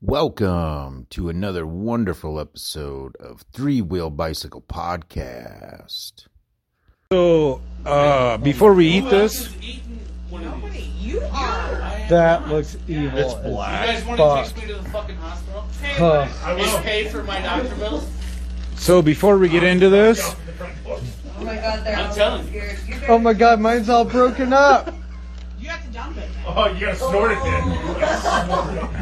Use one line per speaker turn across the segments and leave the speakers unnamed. Welcome to another wonderful episode of Three Wheel Bicycle Podcast.
So, uh, before we eat this,
Nobody, you
Ah,
are.
that looks evil.
It's black.
You guys want
Fuck.
to take me to the fucking hospital?
Huh.
Just pay for my doctor bills?
So before we get into this,
Oh my god, they're
I'm
all
telling you.
scared. You better-
oh my god, mine's all broken up.
You have to dump it.
Oh, you gotta snort it then.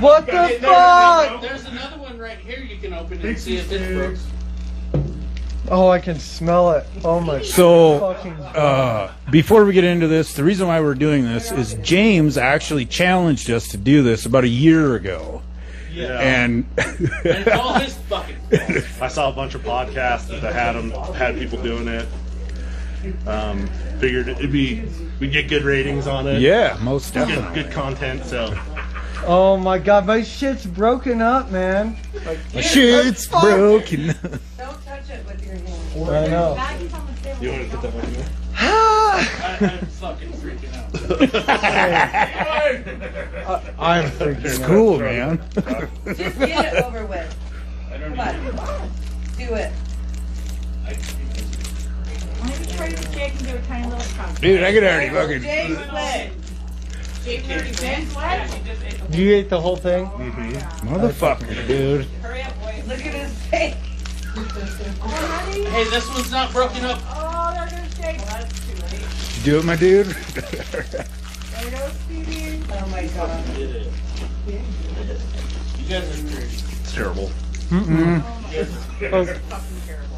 What the fuck?
There's another one right here you can open and
Big
see if it's broke.
sticks.
Oh, I can smell it. Oh my
So,
fucking.
uh, before we get into this, the reason why we're doing this is James actually challenged us to do this about a year ago,
Yeah.
and
It's all his fucking fault.
I saw a bunch of podcasts that had them, had people doing it. Um, figured it'd be we get good ratings on it.
yeah, most
Good,
definitely.
good content. So
Oh my god, my shit's broken up, man.
My shit's broken.
Don't touch it with your
I
hand.
know.
you want to put that one? in?
I, I'm fucking freaking out.
I'm freaking.
It's cool, man.
Just get it over with. Come on. Do it.
Let me try this Jake and do a tiny little crumb.
Dude, I could already fucking.
Jay Flynn.
Jake already been what?
You ate the whole thing?
Motherfucker, dude.
Hurry up, boys. Look at his face.
Hey, this one's not broken up.
Oh, there goes Jake. That's too late.
Do it, my dude.
There goes Stevie.
Oh my god.
You guys are crazy.
It's terrible.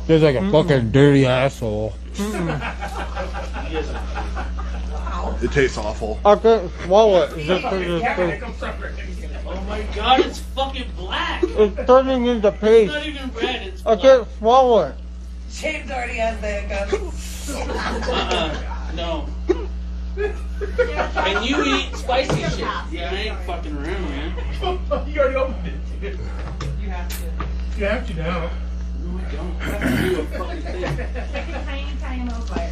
There's like a fucking dirty asshole.
It tastes awful.
I couldn't swallow it. Just- It's, it's,
Oh my god, it's fucking black. It's
it's turning into paste.
not even red, it's
I
black.
can't swallow it.
James already has the hiccups.
Uh-uh. No. And you eat spicy shit. Yeah, I ain't fucking around, man.
you already opened it. Dude. You have to. You have to now.
No, I don't. I don't do a fucking thing.
Take a tiny, tiny little bite.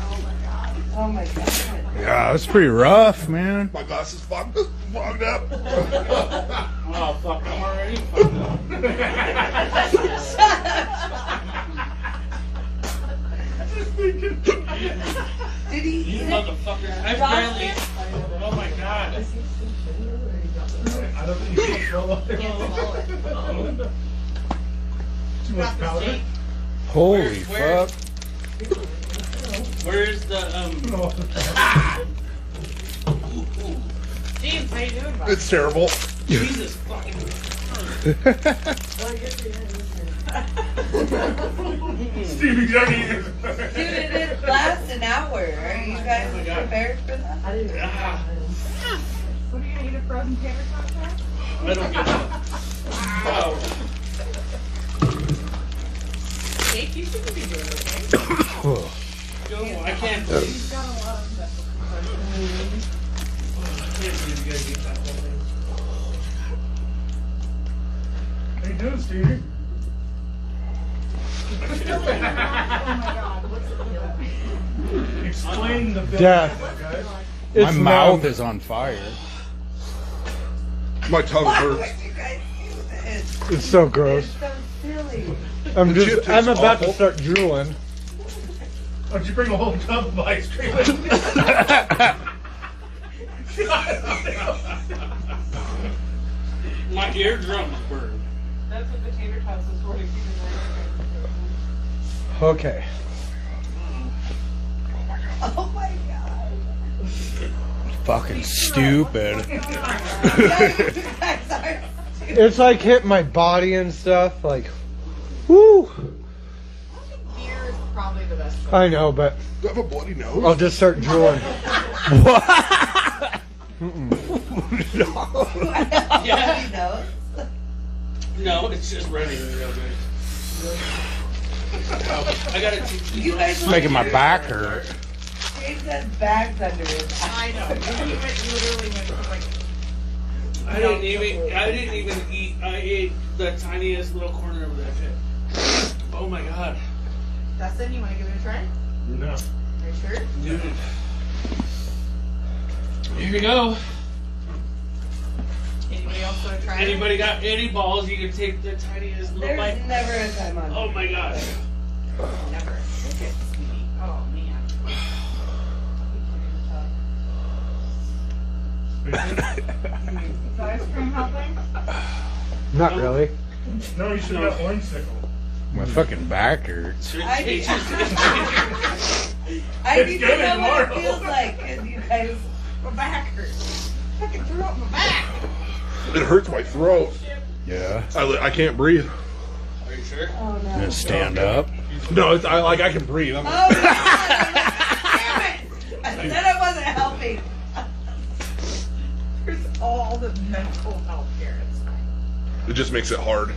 Oh my god.
Oh my god.
Yeah, it's pretty rough, man.
My glass is fogged, fogged up.
Oh, fuck, I'm already fucked up.
Shut up. Did he
You
eat it?
motherfuckers. I barely. Oh my god.
Holy
Where-
fuck.
Where's the, um.
James, how you doing, bud?
It's terrible.
Jesus fucking.
Stevie, you gotta eat it.
Dude, it didn't last an hour. Are
Oh
you guys prepared for that?
Ah,
What are you gonna eat a frozen tater tot for?
I don't get it. Oh,
Jake, you shouldn't be doing this.
no, I can't believe.
You've got a lot of stuff.
I can't believe you guys eat that whole thing.
How you doing, Stevie?
Oh my god. What's the deal?
Explain the
Death.
guys.
My
It's
mouth
numb.
is on fire.
My tongue
Why would you guys do this?
It's so
It's
gross.
so silly.
I'm
The chip
just.
tastes
I'm about
awful.
to start drooling.
Why don't you bring a whole tub of ice cream?
My eardrums burn.
That's what the tater tots is for, to keep it
Okay.
Oh my god.
Fucking stupid.
You guys are stupid.
It's like hit my body and stuff. Like, woo.
Beer is probably the best.
I know, but
have a bloody nose.
I'll just start drooling.
Yeah.
Nobody knows.
No, it's just running real good. Oh, I gotta teach you.
You guys look
Making my back hurt.
James has bags under his eyes.
I know. You literally went to like
I didn't even. I didn't even eat. I ate the tiniest little corner of that shit. Oh my god,
Dustin, you want to give it a try?
No.
Are you sure?
dude. Here we go.
Anybody else want to try? it?
Anybody got any balls? You can take the tiniest little
There's
bite.
never a time on.
Oh my gosh.
Never. Look at sweetie. Oh man.
no,
Is ice cream helping?
Not really.
you should have one sickle.
My fucking back hurts.
I
It's
do.
just- it's just-
I
It's
need
good
to know
and
what it
moral.
feels like, 'cause you guys.
My back hurts. Fucking threw up my back.
It hurts my throat.
Yeah.
I, li- I can't breathe.
Are you sure?
Oh
I'm
no.
gonna stand up.
No, it's, I like I can breathe. I'm
Oh, God, damn it. I said I wasn't helping.
There's all the mental health here. It's fine.
it just makes it hard.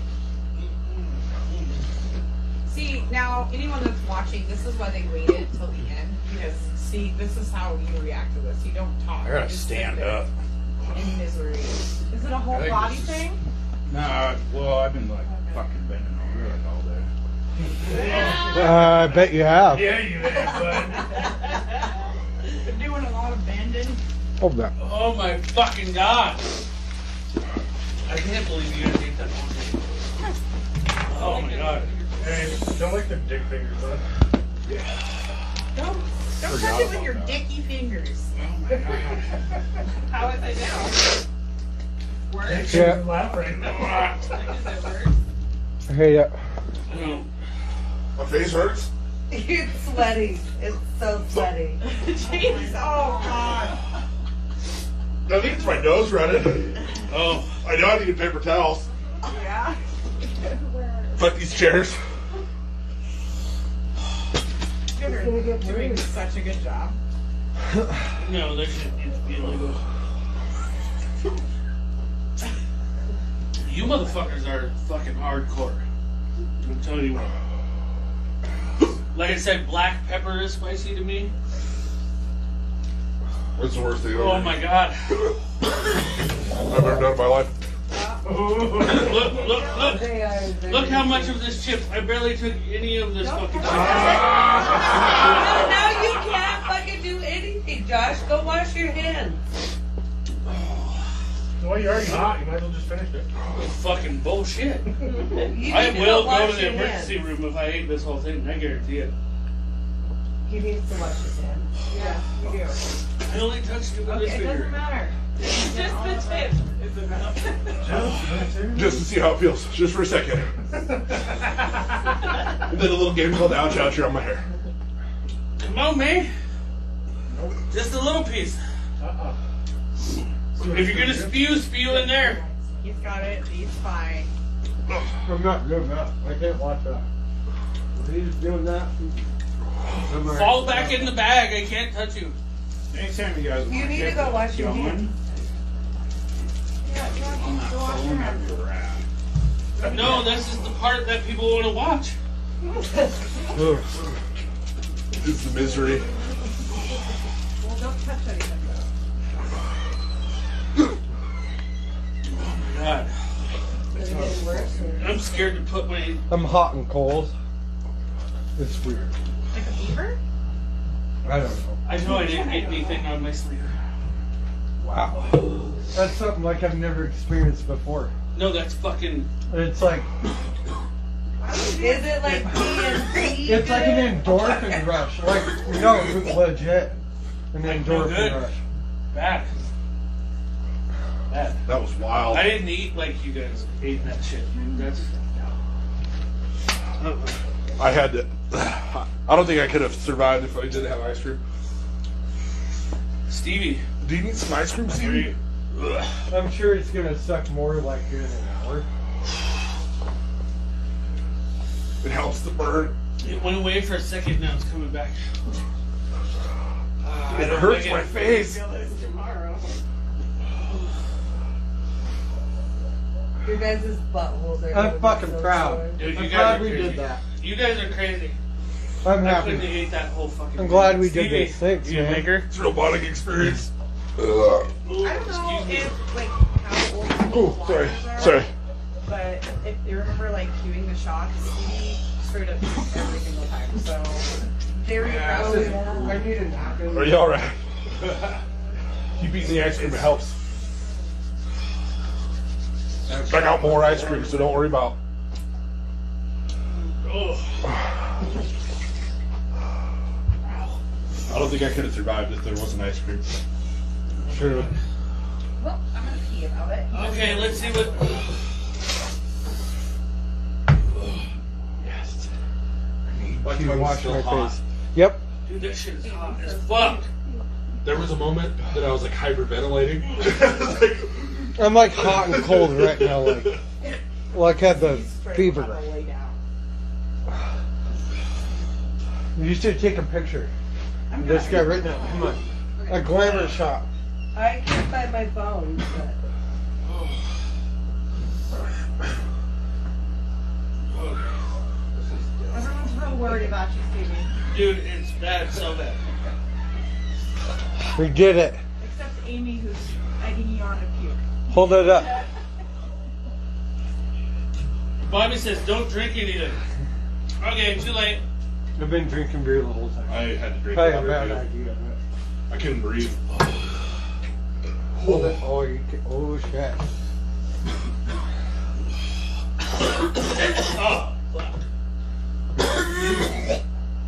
See now, anyone that's watching, this is why they waited till the end because see, this is how you react to this. You don't talk.
I
You
gotta
just sit
stand
there
up.
In misery. Is it a whole
think
body
this is-
thing?
Nah, well, I've been like fucking bending over like all day.
Uh, I bet you have.
Yeah, you have,
Been doing a lot of bending.
Hold that.
Oh my fucking god. I can't believe you didn't eat that one. Oh my god.
don't like the dick fingers, huh?
Don't don't touch it with your dicky fingers. How is it now? Worse?
Yeah,
Laugh right now.
Is it worse?
I hate it.
No.
My face hurts.
It's sweaty. It's so sweaty.
Jeez, oh god.
I think it's my nose running.
Oh.
I know I need paper towels.
Yeah.
Fuck these chairs.
You're doing such a good job.
No, that shit needs to be illegal. You motherfuckers are fucking hardcore. I'm telling you what. Like I said, black pepper is spicy to me.
It's the worst thing
Oh my god.
I've ever done in my life.
Look, look, look.
They are. very-
Look how much of this chip. I barely took any of this fucking chip.
No, now you can't fucking do anything, Josh. Go wash your hands.
Well, you're already hot. You might as well just finish it.
Fucking bullshit.
You
I
need
will
wash
go to the
your
emergency
hands.
room if I ate this whole thing. I guarantee it.
He needs to wash his hands.
Yeah, you do. It
I only touched your brother's
doesn't
finger.
matter. It's just the tip. It's enough.
Just to see how it feels, just for a second. and then a little game called Ouch Ouch You're on my hair.
Come on, man. Just a little piece. Uh-uh. If you're gonna spew, spew in there.
He's got it. He's fine.
I'm not doing that. I can't watch that. He's doing that.
Fall back in the bag. I can't touch you.
Anytime you guys
You need to go wash your hands.
Yeah, yeah,
I'm
you
not
go wash your
throwing
hands.
that around.
No, this is the part that people want to watch.
It's the misery.
Well, don't touch anything.
God, I'm scared to put my.
I'm hot and cold. It's weird.
Like a beaver?
I don't know.
I know I didn't get anything on my sleeve.
Wow. That's something like I've never experienced before.
No, that's fucking.
It's like
Is it like pee and
it's like an endorphin rush. Like no, legit. An
Like, no good.
endorphin rush.
Bad. Bad.
That was wild.
I didn't eat like you guys ate that shit. I mean, that's.
I had to. I don't think I could have survived if I didn't have ice cream.
Stevie.
Do you need some ice cream, Stevie? Ugh.
I'm sure it's gonna suck more like in an hour.
It helps the burn.
It went away for a second, now it's coming back. Ah, I
It
don't
hurts
like
my face.
Feel this tomorrow.
Your guys' buttholes are.
I'm fucking
so
proud.
Dude,
I'm
you guys
glad
are
we
crazy.
did that.
You guys are crazy.
I'm
I couldn't have
happy.
ate that whole fucking
I'm glad
thing.
we did
Stevie,
this. Thanks,
you
man.
a maker?
It's a robotic experience. Ugh.
Ooh,
I don't know
excuse me.
if, like, how old people's
Ooh, sorry,
lives are,
sorry.
But if you remember, like, cueing the shots, Stevie screwed up every single time. So, very proud of him.
I need a napkin.
Are you all right? you beating the ice cream. It helps.
That's
I got more ice cream, so don't worry about.
Oh,
I don't think I could have survived if there wasn't ice cream.
True.
Well, I'm gonna pee about it.
okay, let's see what.
Yes.
Like my
wash
still
my
hot.
face. Yep.
Dude, that shit is hot as fuck.
There was a moment that I was like hyperventilating.
I was like,
I'm like hot and cold right now. Like, like I had the fever.
On the way down.
You should take a picture.
I'm
This
not-
guy right now. Come on. A glamour shot.
I can't find my phone, but.
Everyone's real worried about you, Stevie.
Dude, it's bad, so bad.
We did it.
Except Amy, who's egging you on to puke.
Hold it up.
Bobby says, don't drink anything. Okay, too late.
I've been drinking beer the whole time.
I had to drink
Probably a
water,
bad
dude.
idea.
I couldn't breathe.
but- Hold it. Oh, you can, oh shit.
Oh, fuck.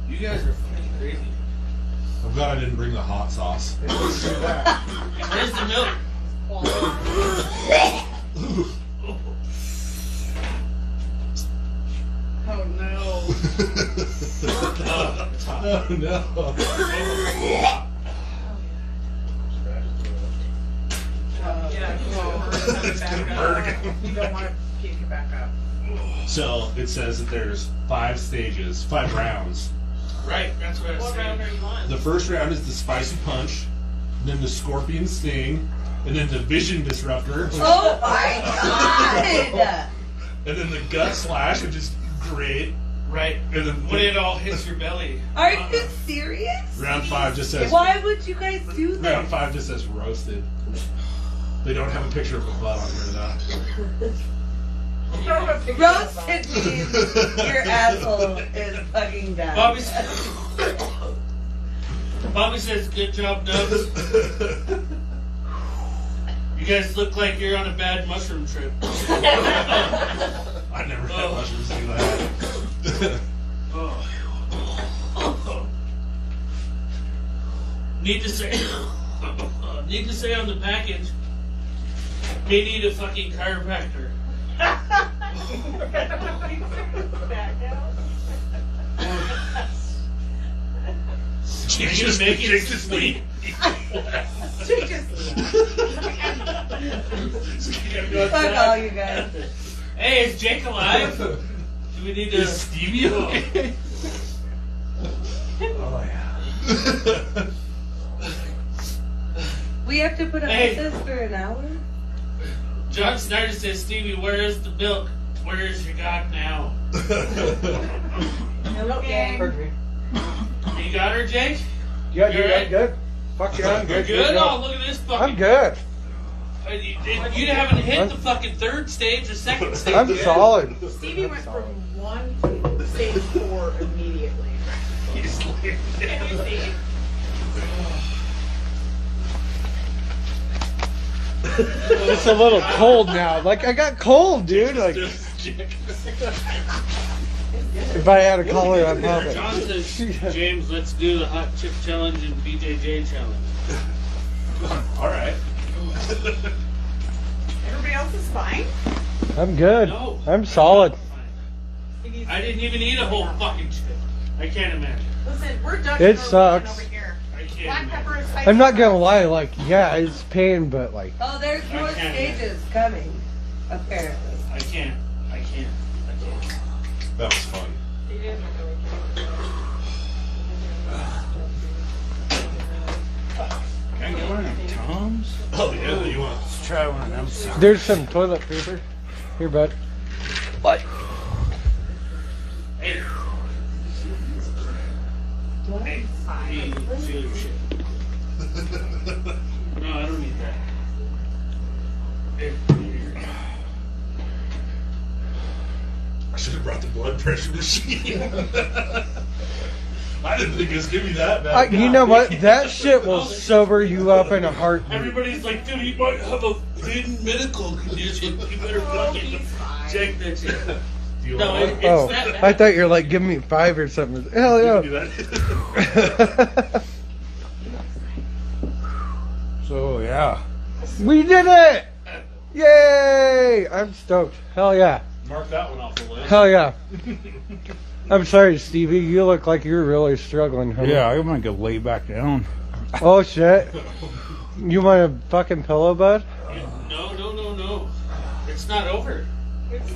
You guys are fucking crazy.
I'm glad I didn't bring the hot sauce.
Where's the milk? Oh no.
oh no.
Yeah, you
It's gonna burn again.
You don't want to puke it back up.
So it says that there's five stages, five rounds.
Right, that's what I was saying.
you on?
The first round is the spicy punch, then the scorpion sting, and then the vision disruptor,
Oh my god!
and then the gut slash, which is great.
Right.
And then
When it all hits your belly.
Are you serious?
round five just says
Why would you guys do
round
that?
five just says roasted. They don't have a picture of a butt on here
Roasted means your asshole is fucking down.
Bobby says, Bobby says, good job, Dubs.
though.
You guys look like you're on a bad mushroom trip.
I never had
Oh.
mushrooms do that.
Oh. Need to say, need to say on the package, they need a fucking chiropractor.
Jake
Are you
just,
making
Jake just leave.
She just
Fuck all you guys.
Hey, is Jake alive? Do we need to?
Is Stevie okay? oh yeah.
We have to put up
Hey.
with this for an hour?
John Snyder says, Stevie, where is the milk? Where is your God now?
no
Pardon me.
You got her, Jake?
Yeah,
You
dude, I'm
alright?
good. Fuck yeah, I'm
You're
good.
good?
yeah.
Oh, look at this fucking.
I'm good.
Uh, You, you haven't hit the fucking third stage or second stage.
I'm
yet.
solid.
Stevie went from one to stage four immediately.
He's leaving.
It's a little cold now. Like I got cold, dude. Like
Jake.
if I had a collar, I'd have
John
it.
says, James, let's do the hot chip challenge and BJJ challenge.
All right.
Everybody else is fine?
I'm good.
No.
I'm solid.
Stevie's-
I didn't even eat a whole fucking chip. I can't imagine.
Listen, we're Dutch
It
Bros
sucks.
Over here.
I can't.
Black
imagine.
pepper is spicy.
I'm not gonna lie. Like yeah, it's pain, but like
Oh, there's more
I can't.
stages coming, apparently.
I can't. I can't. I can't.
That was fun.
Can I get one of them Toms?
Oh yeah, you want?
Let's try one of them. suckers.
there's some toilet paper. Here, bud.
Hey. Hey. Hey, feel your shit. No, I don't need that. Hey, here.
I should have brought the blood pressure machine. I didn't think it was gonna be that
Uh,
bad.
you know what? That shit will sober you up in a heartbeat.
Everybody's like, dude, you might have a in medical condition, you better
Oh,
fucking
he's fine.
check that shit.
Do you
No,
want
it, it's
Oh,
that bad.
I thought you were like, give me five or something. Hell
to do
yeah.
that?
so yeah, we did it! Yay! I'm stoked. Hell yeah.
Mark that one off the list.
Hell yeah. I'm sorry, Stevie. You look like you're really struggling. Huh?
Yeah, I'm gonna go lay back down.
Oh shit. You want a fucking pillow, bud?
No, no, no, no. It's not over. It's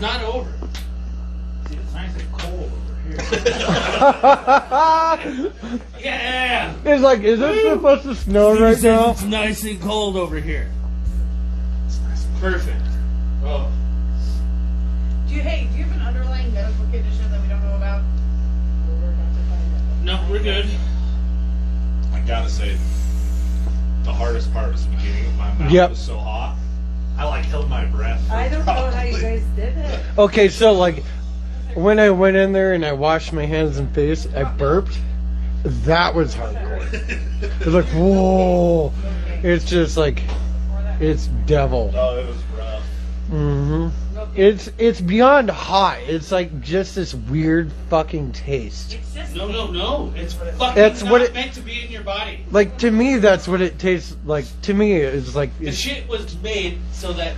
not over.
it's nice and cold over here.
it's
Yeah.
like, is it supposed to snow right
He says
now?
It's nice and cold over here. Perfect.
Oh,
Do you, hey, do you have an underlying medical condition that we don't know about? We're about to find out.
No, we're good.
I gotta say, the hardest part was the beginning of my mouth
Yep.
was so hot. I like held my breath. for
I don't know how you
probably-
guys did it.
Okay, so like, when I went in there and I washed my hands and face, I burped. That was hardcore. It was like, whoa. It's just like, it's devil.
Oh, it was rough.
hmm It's it's beyond hot. It's like just this weird fucking taste.
It's just
No, no, no. It's fucking
That's
not
what it-
meant to be in your body.
Like to me, that's what it tastes like. To me, it's like
The
it's-
shit was made so that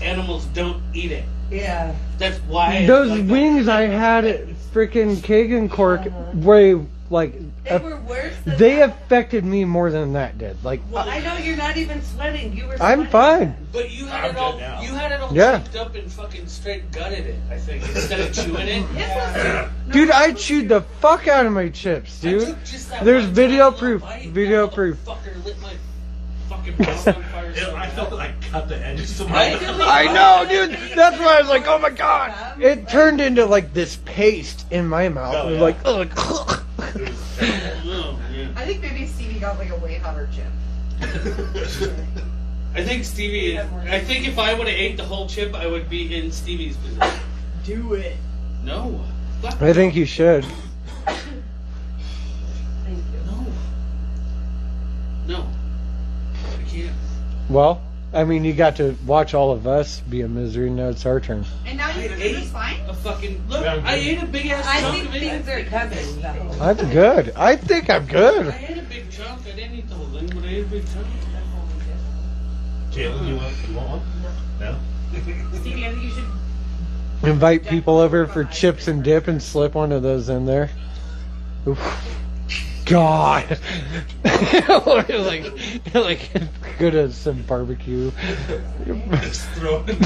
animals don't eat it.
Yeah.
That's why. it's
those
like that.
wings I had at freaking Kagan Cork were like
They were worse than
they
that.
affected me more than that did. Like
Well, I know you're not even sweating. You were sweating.
I'm fine.
But you had
I'm
it all.
good now.
You had it all
Yeah.
chopped up and fucking straight gutted it. I think instead of chewing it.
This was-
Dude, I chewed the fuck out of my chips,
I
dude.
took just that
There's
one
video
little
proof,
bite,
video
that
proof.
motherfucker lit my fucking mouth on fire
It,
so
I felt
bad.
like I cut the edges of my
Right?
mouth.
I know, dude. That's why I was like, oh my god. It turned into like this paste in my mouth.
Oh,
It was
yeah.
like, ugh.
Oh, yeah.
I think maybe Stevie got like a way hotter chip.
I think Stevie is. I think if I would have ate the whole chip, I would be in Stevie's position.
Do it.
No. Fuck
I think you should.
no. No. I can't.
Well, I mean, you got to watch all of us be a misery. Now it's our turn.
And now
I
you
ate
this is fine.
a fucking. Look,
Yeah, I'm
I
good.
ate a big ass
I
chunk
think
of it.
things are coming. though.
I'm good. I think I'm
I
good.
had a big chunk. I didn't eat the whole thing, but I ate a big chunk.
Jalen, you want, you want one? No?
Stevie, I think you should.
Invite people over for chips and dip and slip one of those in there. Oof. God. We're like, like good as some barbecue.
Just throw it in the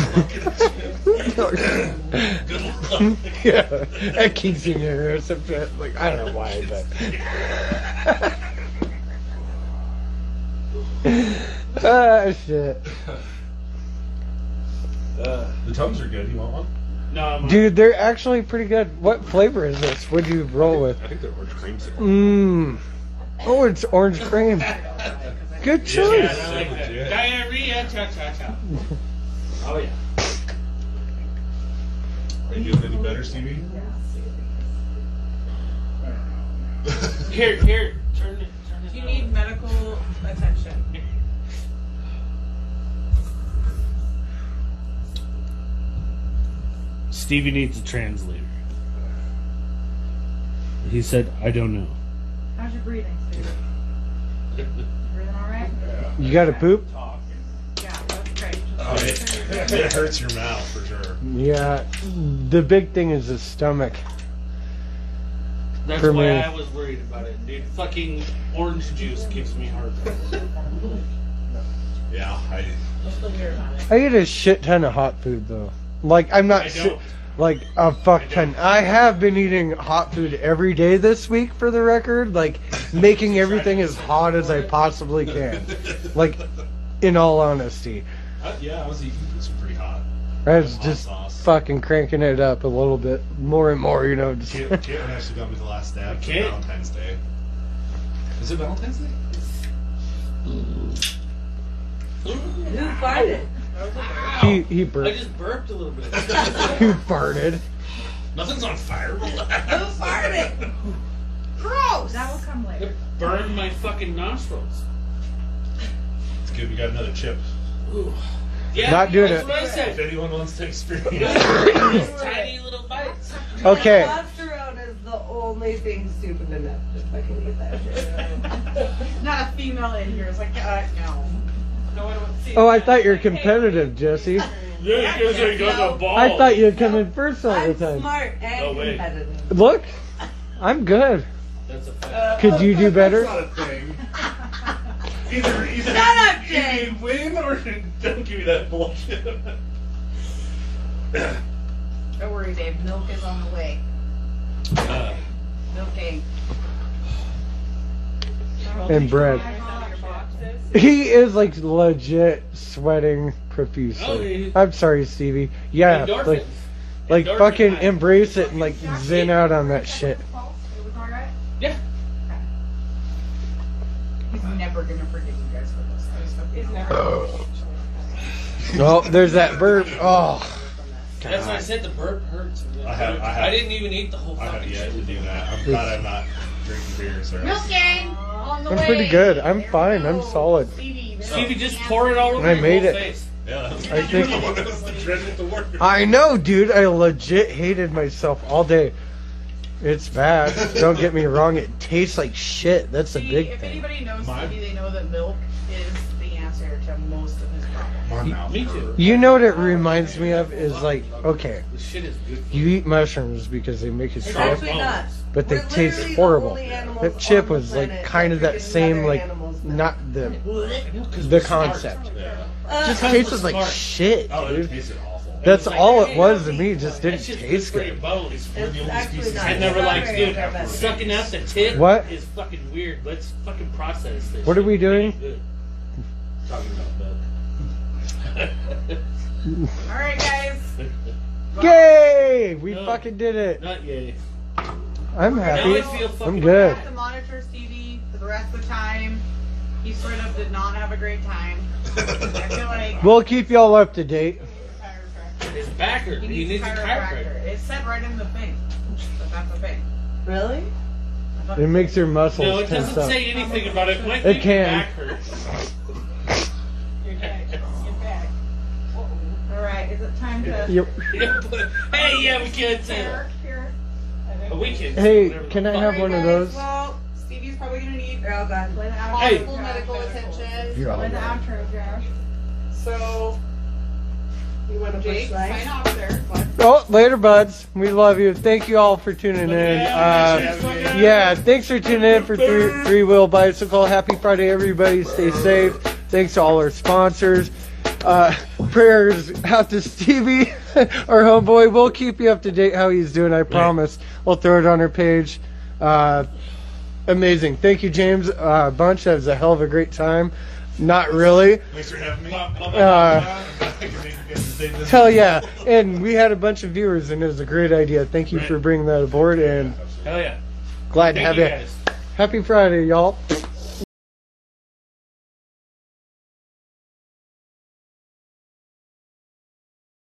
fucking Good luck.
yeah, at Kingston or some shit. Like I don't know why, but. ah shit,
The tums are good. You want one?
No, I'm not.
dude, they're actually pretty good. What flavor is this? What'd you roll with?
I think they're orange creamsicle.
Mmm. Oh, it's orange cream. Good
Yeah,
choice.
I like that.
Yeah.
Diarrhea, cha cha cha. Oh yeah.
Are you doing any better, Stevie?
Here, here. Turn it. Turn it.
You
down.
need medical attention.
Stevie needs a translator. He said, I don't know.
How's your breathing, Stevie? Breathing all right?
You got to poop?
Yeah, that's great.
Oh, it, it hurts your mouth for sure.
Yeah. The big thing is the stomach.
That's
For
why
me.
I was worried about it, dude. Fucking orange juice gives me heartburn.
Yeah, I,
I eat a shit ton of hot food though. Like I'm not
I
si-
don't.
like a fuck ton. I have been eating hot food every day this week for the record, like making everything as hot as I possibly can. Like in all honesty,
I- uh, yeah, I was eating some pretty hot.
I was
Hot
just
sauce.
fucking cranking it up a little bit more and more, you know. Just
Kit, Caitlin actually got me the last stab for
Kit?
Valentine's Day. Is it Valentine's Day?
Who farted?
he he
I
burped.
just burped a little bit.
He farted.
Nothing's on fire. Relax.
Who farted?
Gross! That will come later.
Burned my fucking nostrils.
It's good. We got another chip.
Yeah,
Not doing
that's
it.
what I said.
If anyone wants to experience
These tiny little bites.
Okay.
Testosterone is the only thing stupid enough to fucking eat that shit.
Not a female in here. It's like, uh, no. No one would see.
Oh, I thought you were competitive, Jesse.
Yeah, you guys ain't got the ball.
I
Oh.
thought you'd come in first all the
I'm
time.
smart and
No way.
competitive.
Look, I'm good.
That's a fact.
Could you do better?
That's not a thing. Either, either,
Shut up,
either
Jake.
you win or don't give me that bullshit.
Don't worry, Dave. Milk is on the way.
Uh,
Milk ain't.
And bread. He is like legit sweating profusely. I'm sorry, Stevie. Yeah, like,
Endorphins.
like
Endorphin
fucking
high.
embrace it and like zen out on that shit.
Yeah.
He's never gonna forgive you guys for this. I just hope you know.
Oh, there's that burp. Oh,
That's why I said the burp hurts.
I have- I have-
didn't even eat the whole
I have
fucking
yet
shit.
to do that. I'm glad I'm not drinking beer, sir.
gang on the
I'm pretty good. I'm fine. I'm solid.
Stevie, just pour it all over
I
your
made
whole
it.
face.
Yeah, that
I
was-
think-
you're the one that was the dread with the word.
I know, dude. I legit hated myself all day. It's bad. Don't get me wrong. It tastes like shit. That's the
See,
big
if
thing.
anybody knows
My-
Stevie, they know that milk is the answer to most of his problems.
My mouth
Me
hurt.
too.
You know what it reminds me of is like, okay,
This shit is good.
you eat mushrooms because they make you
It's
strong.
actually not.
but they
We're
taste
literally the
horrible.
only animals
That chip
on the
was like
planet
kind of that
freaking
same
other
like
animals know.
not
No,
the
'cause
the
we're smart.
concept.
Yeah.
Uh,
Just
we're
tasted like
smart.
shit,
Oh, it
dude.
tasted awful.
That's
like,
all
hey,
it was to me. It just
That
didn't
shit's good
taste
for your
good.
bowel. It's
We're the
It's
only
actually
species.
not.
I never
It's not
liked
very
dude,
good.
Sucking out the tip
What?
is fucking weird. Let's fucking process this.
What are we doing?
Talking about milk.
All right, guys.
Yay! We
No.
fucking did it.
Not yet.
I'm
Now I
happy.
feel fucking
I'm good.
Have to monitor Stevie for the rest of the time. He sort of did not have a great time. I feel like
We'll keep y'all up to date.
chiropractor.
His backer. He needs a chiropractor.
It said right in the thing. But that's the thing.
Really?
I thought-
It makes your
No, it
muscles tense
doesn't
up.
say anything about it. My
It
fucking
can.
back hurts.
You're back. You're back. All right. Is it time to?
Yep.
hey, yeah, we can too.
Here, here.
But We can. do
Hey,
whatever the
can I
fuck.
have one of those?
Well, Stevie's probably gonna need
They're all gone.
an hour
Hey.
full medical attention.
You're all
An
right.
outro, Josh. So,
You want to
Jake,
push
sign
light?
off there.
Oh, later, buds. We love you. Thank you all for tuning in. Uh, yeah, thanks for tuning in for Three, three Wheel Bicycle. Happy Friday, everybody. Stay safe. Thanks to all our sponsors. Uh, prayers out to Stevie, our homeboy. We'll keep you up to date how he's doing, I promise. We'll throw it on our page. Uh, amazing. Thank you, James. Uh, bunch. That was a hell of a great time. Not really.
Thanks for having me.
Uh,
Hell
Hell yeah. And we had a bunch of viewers, and it was a great idea. Thank you for bringing that aboard, and
Hell yeah.
glad to
Thank
have
you
you.
guys.
Happy Friday, y'all.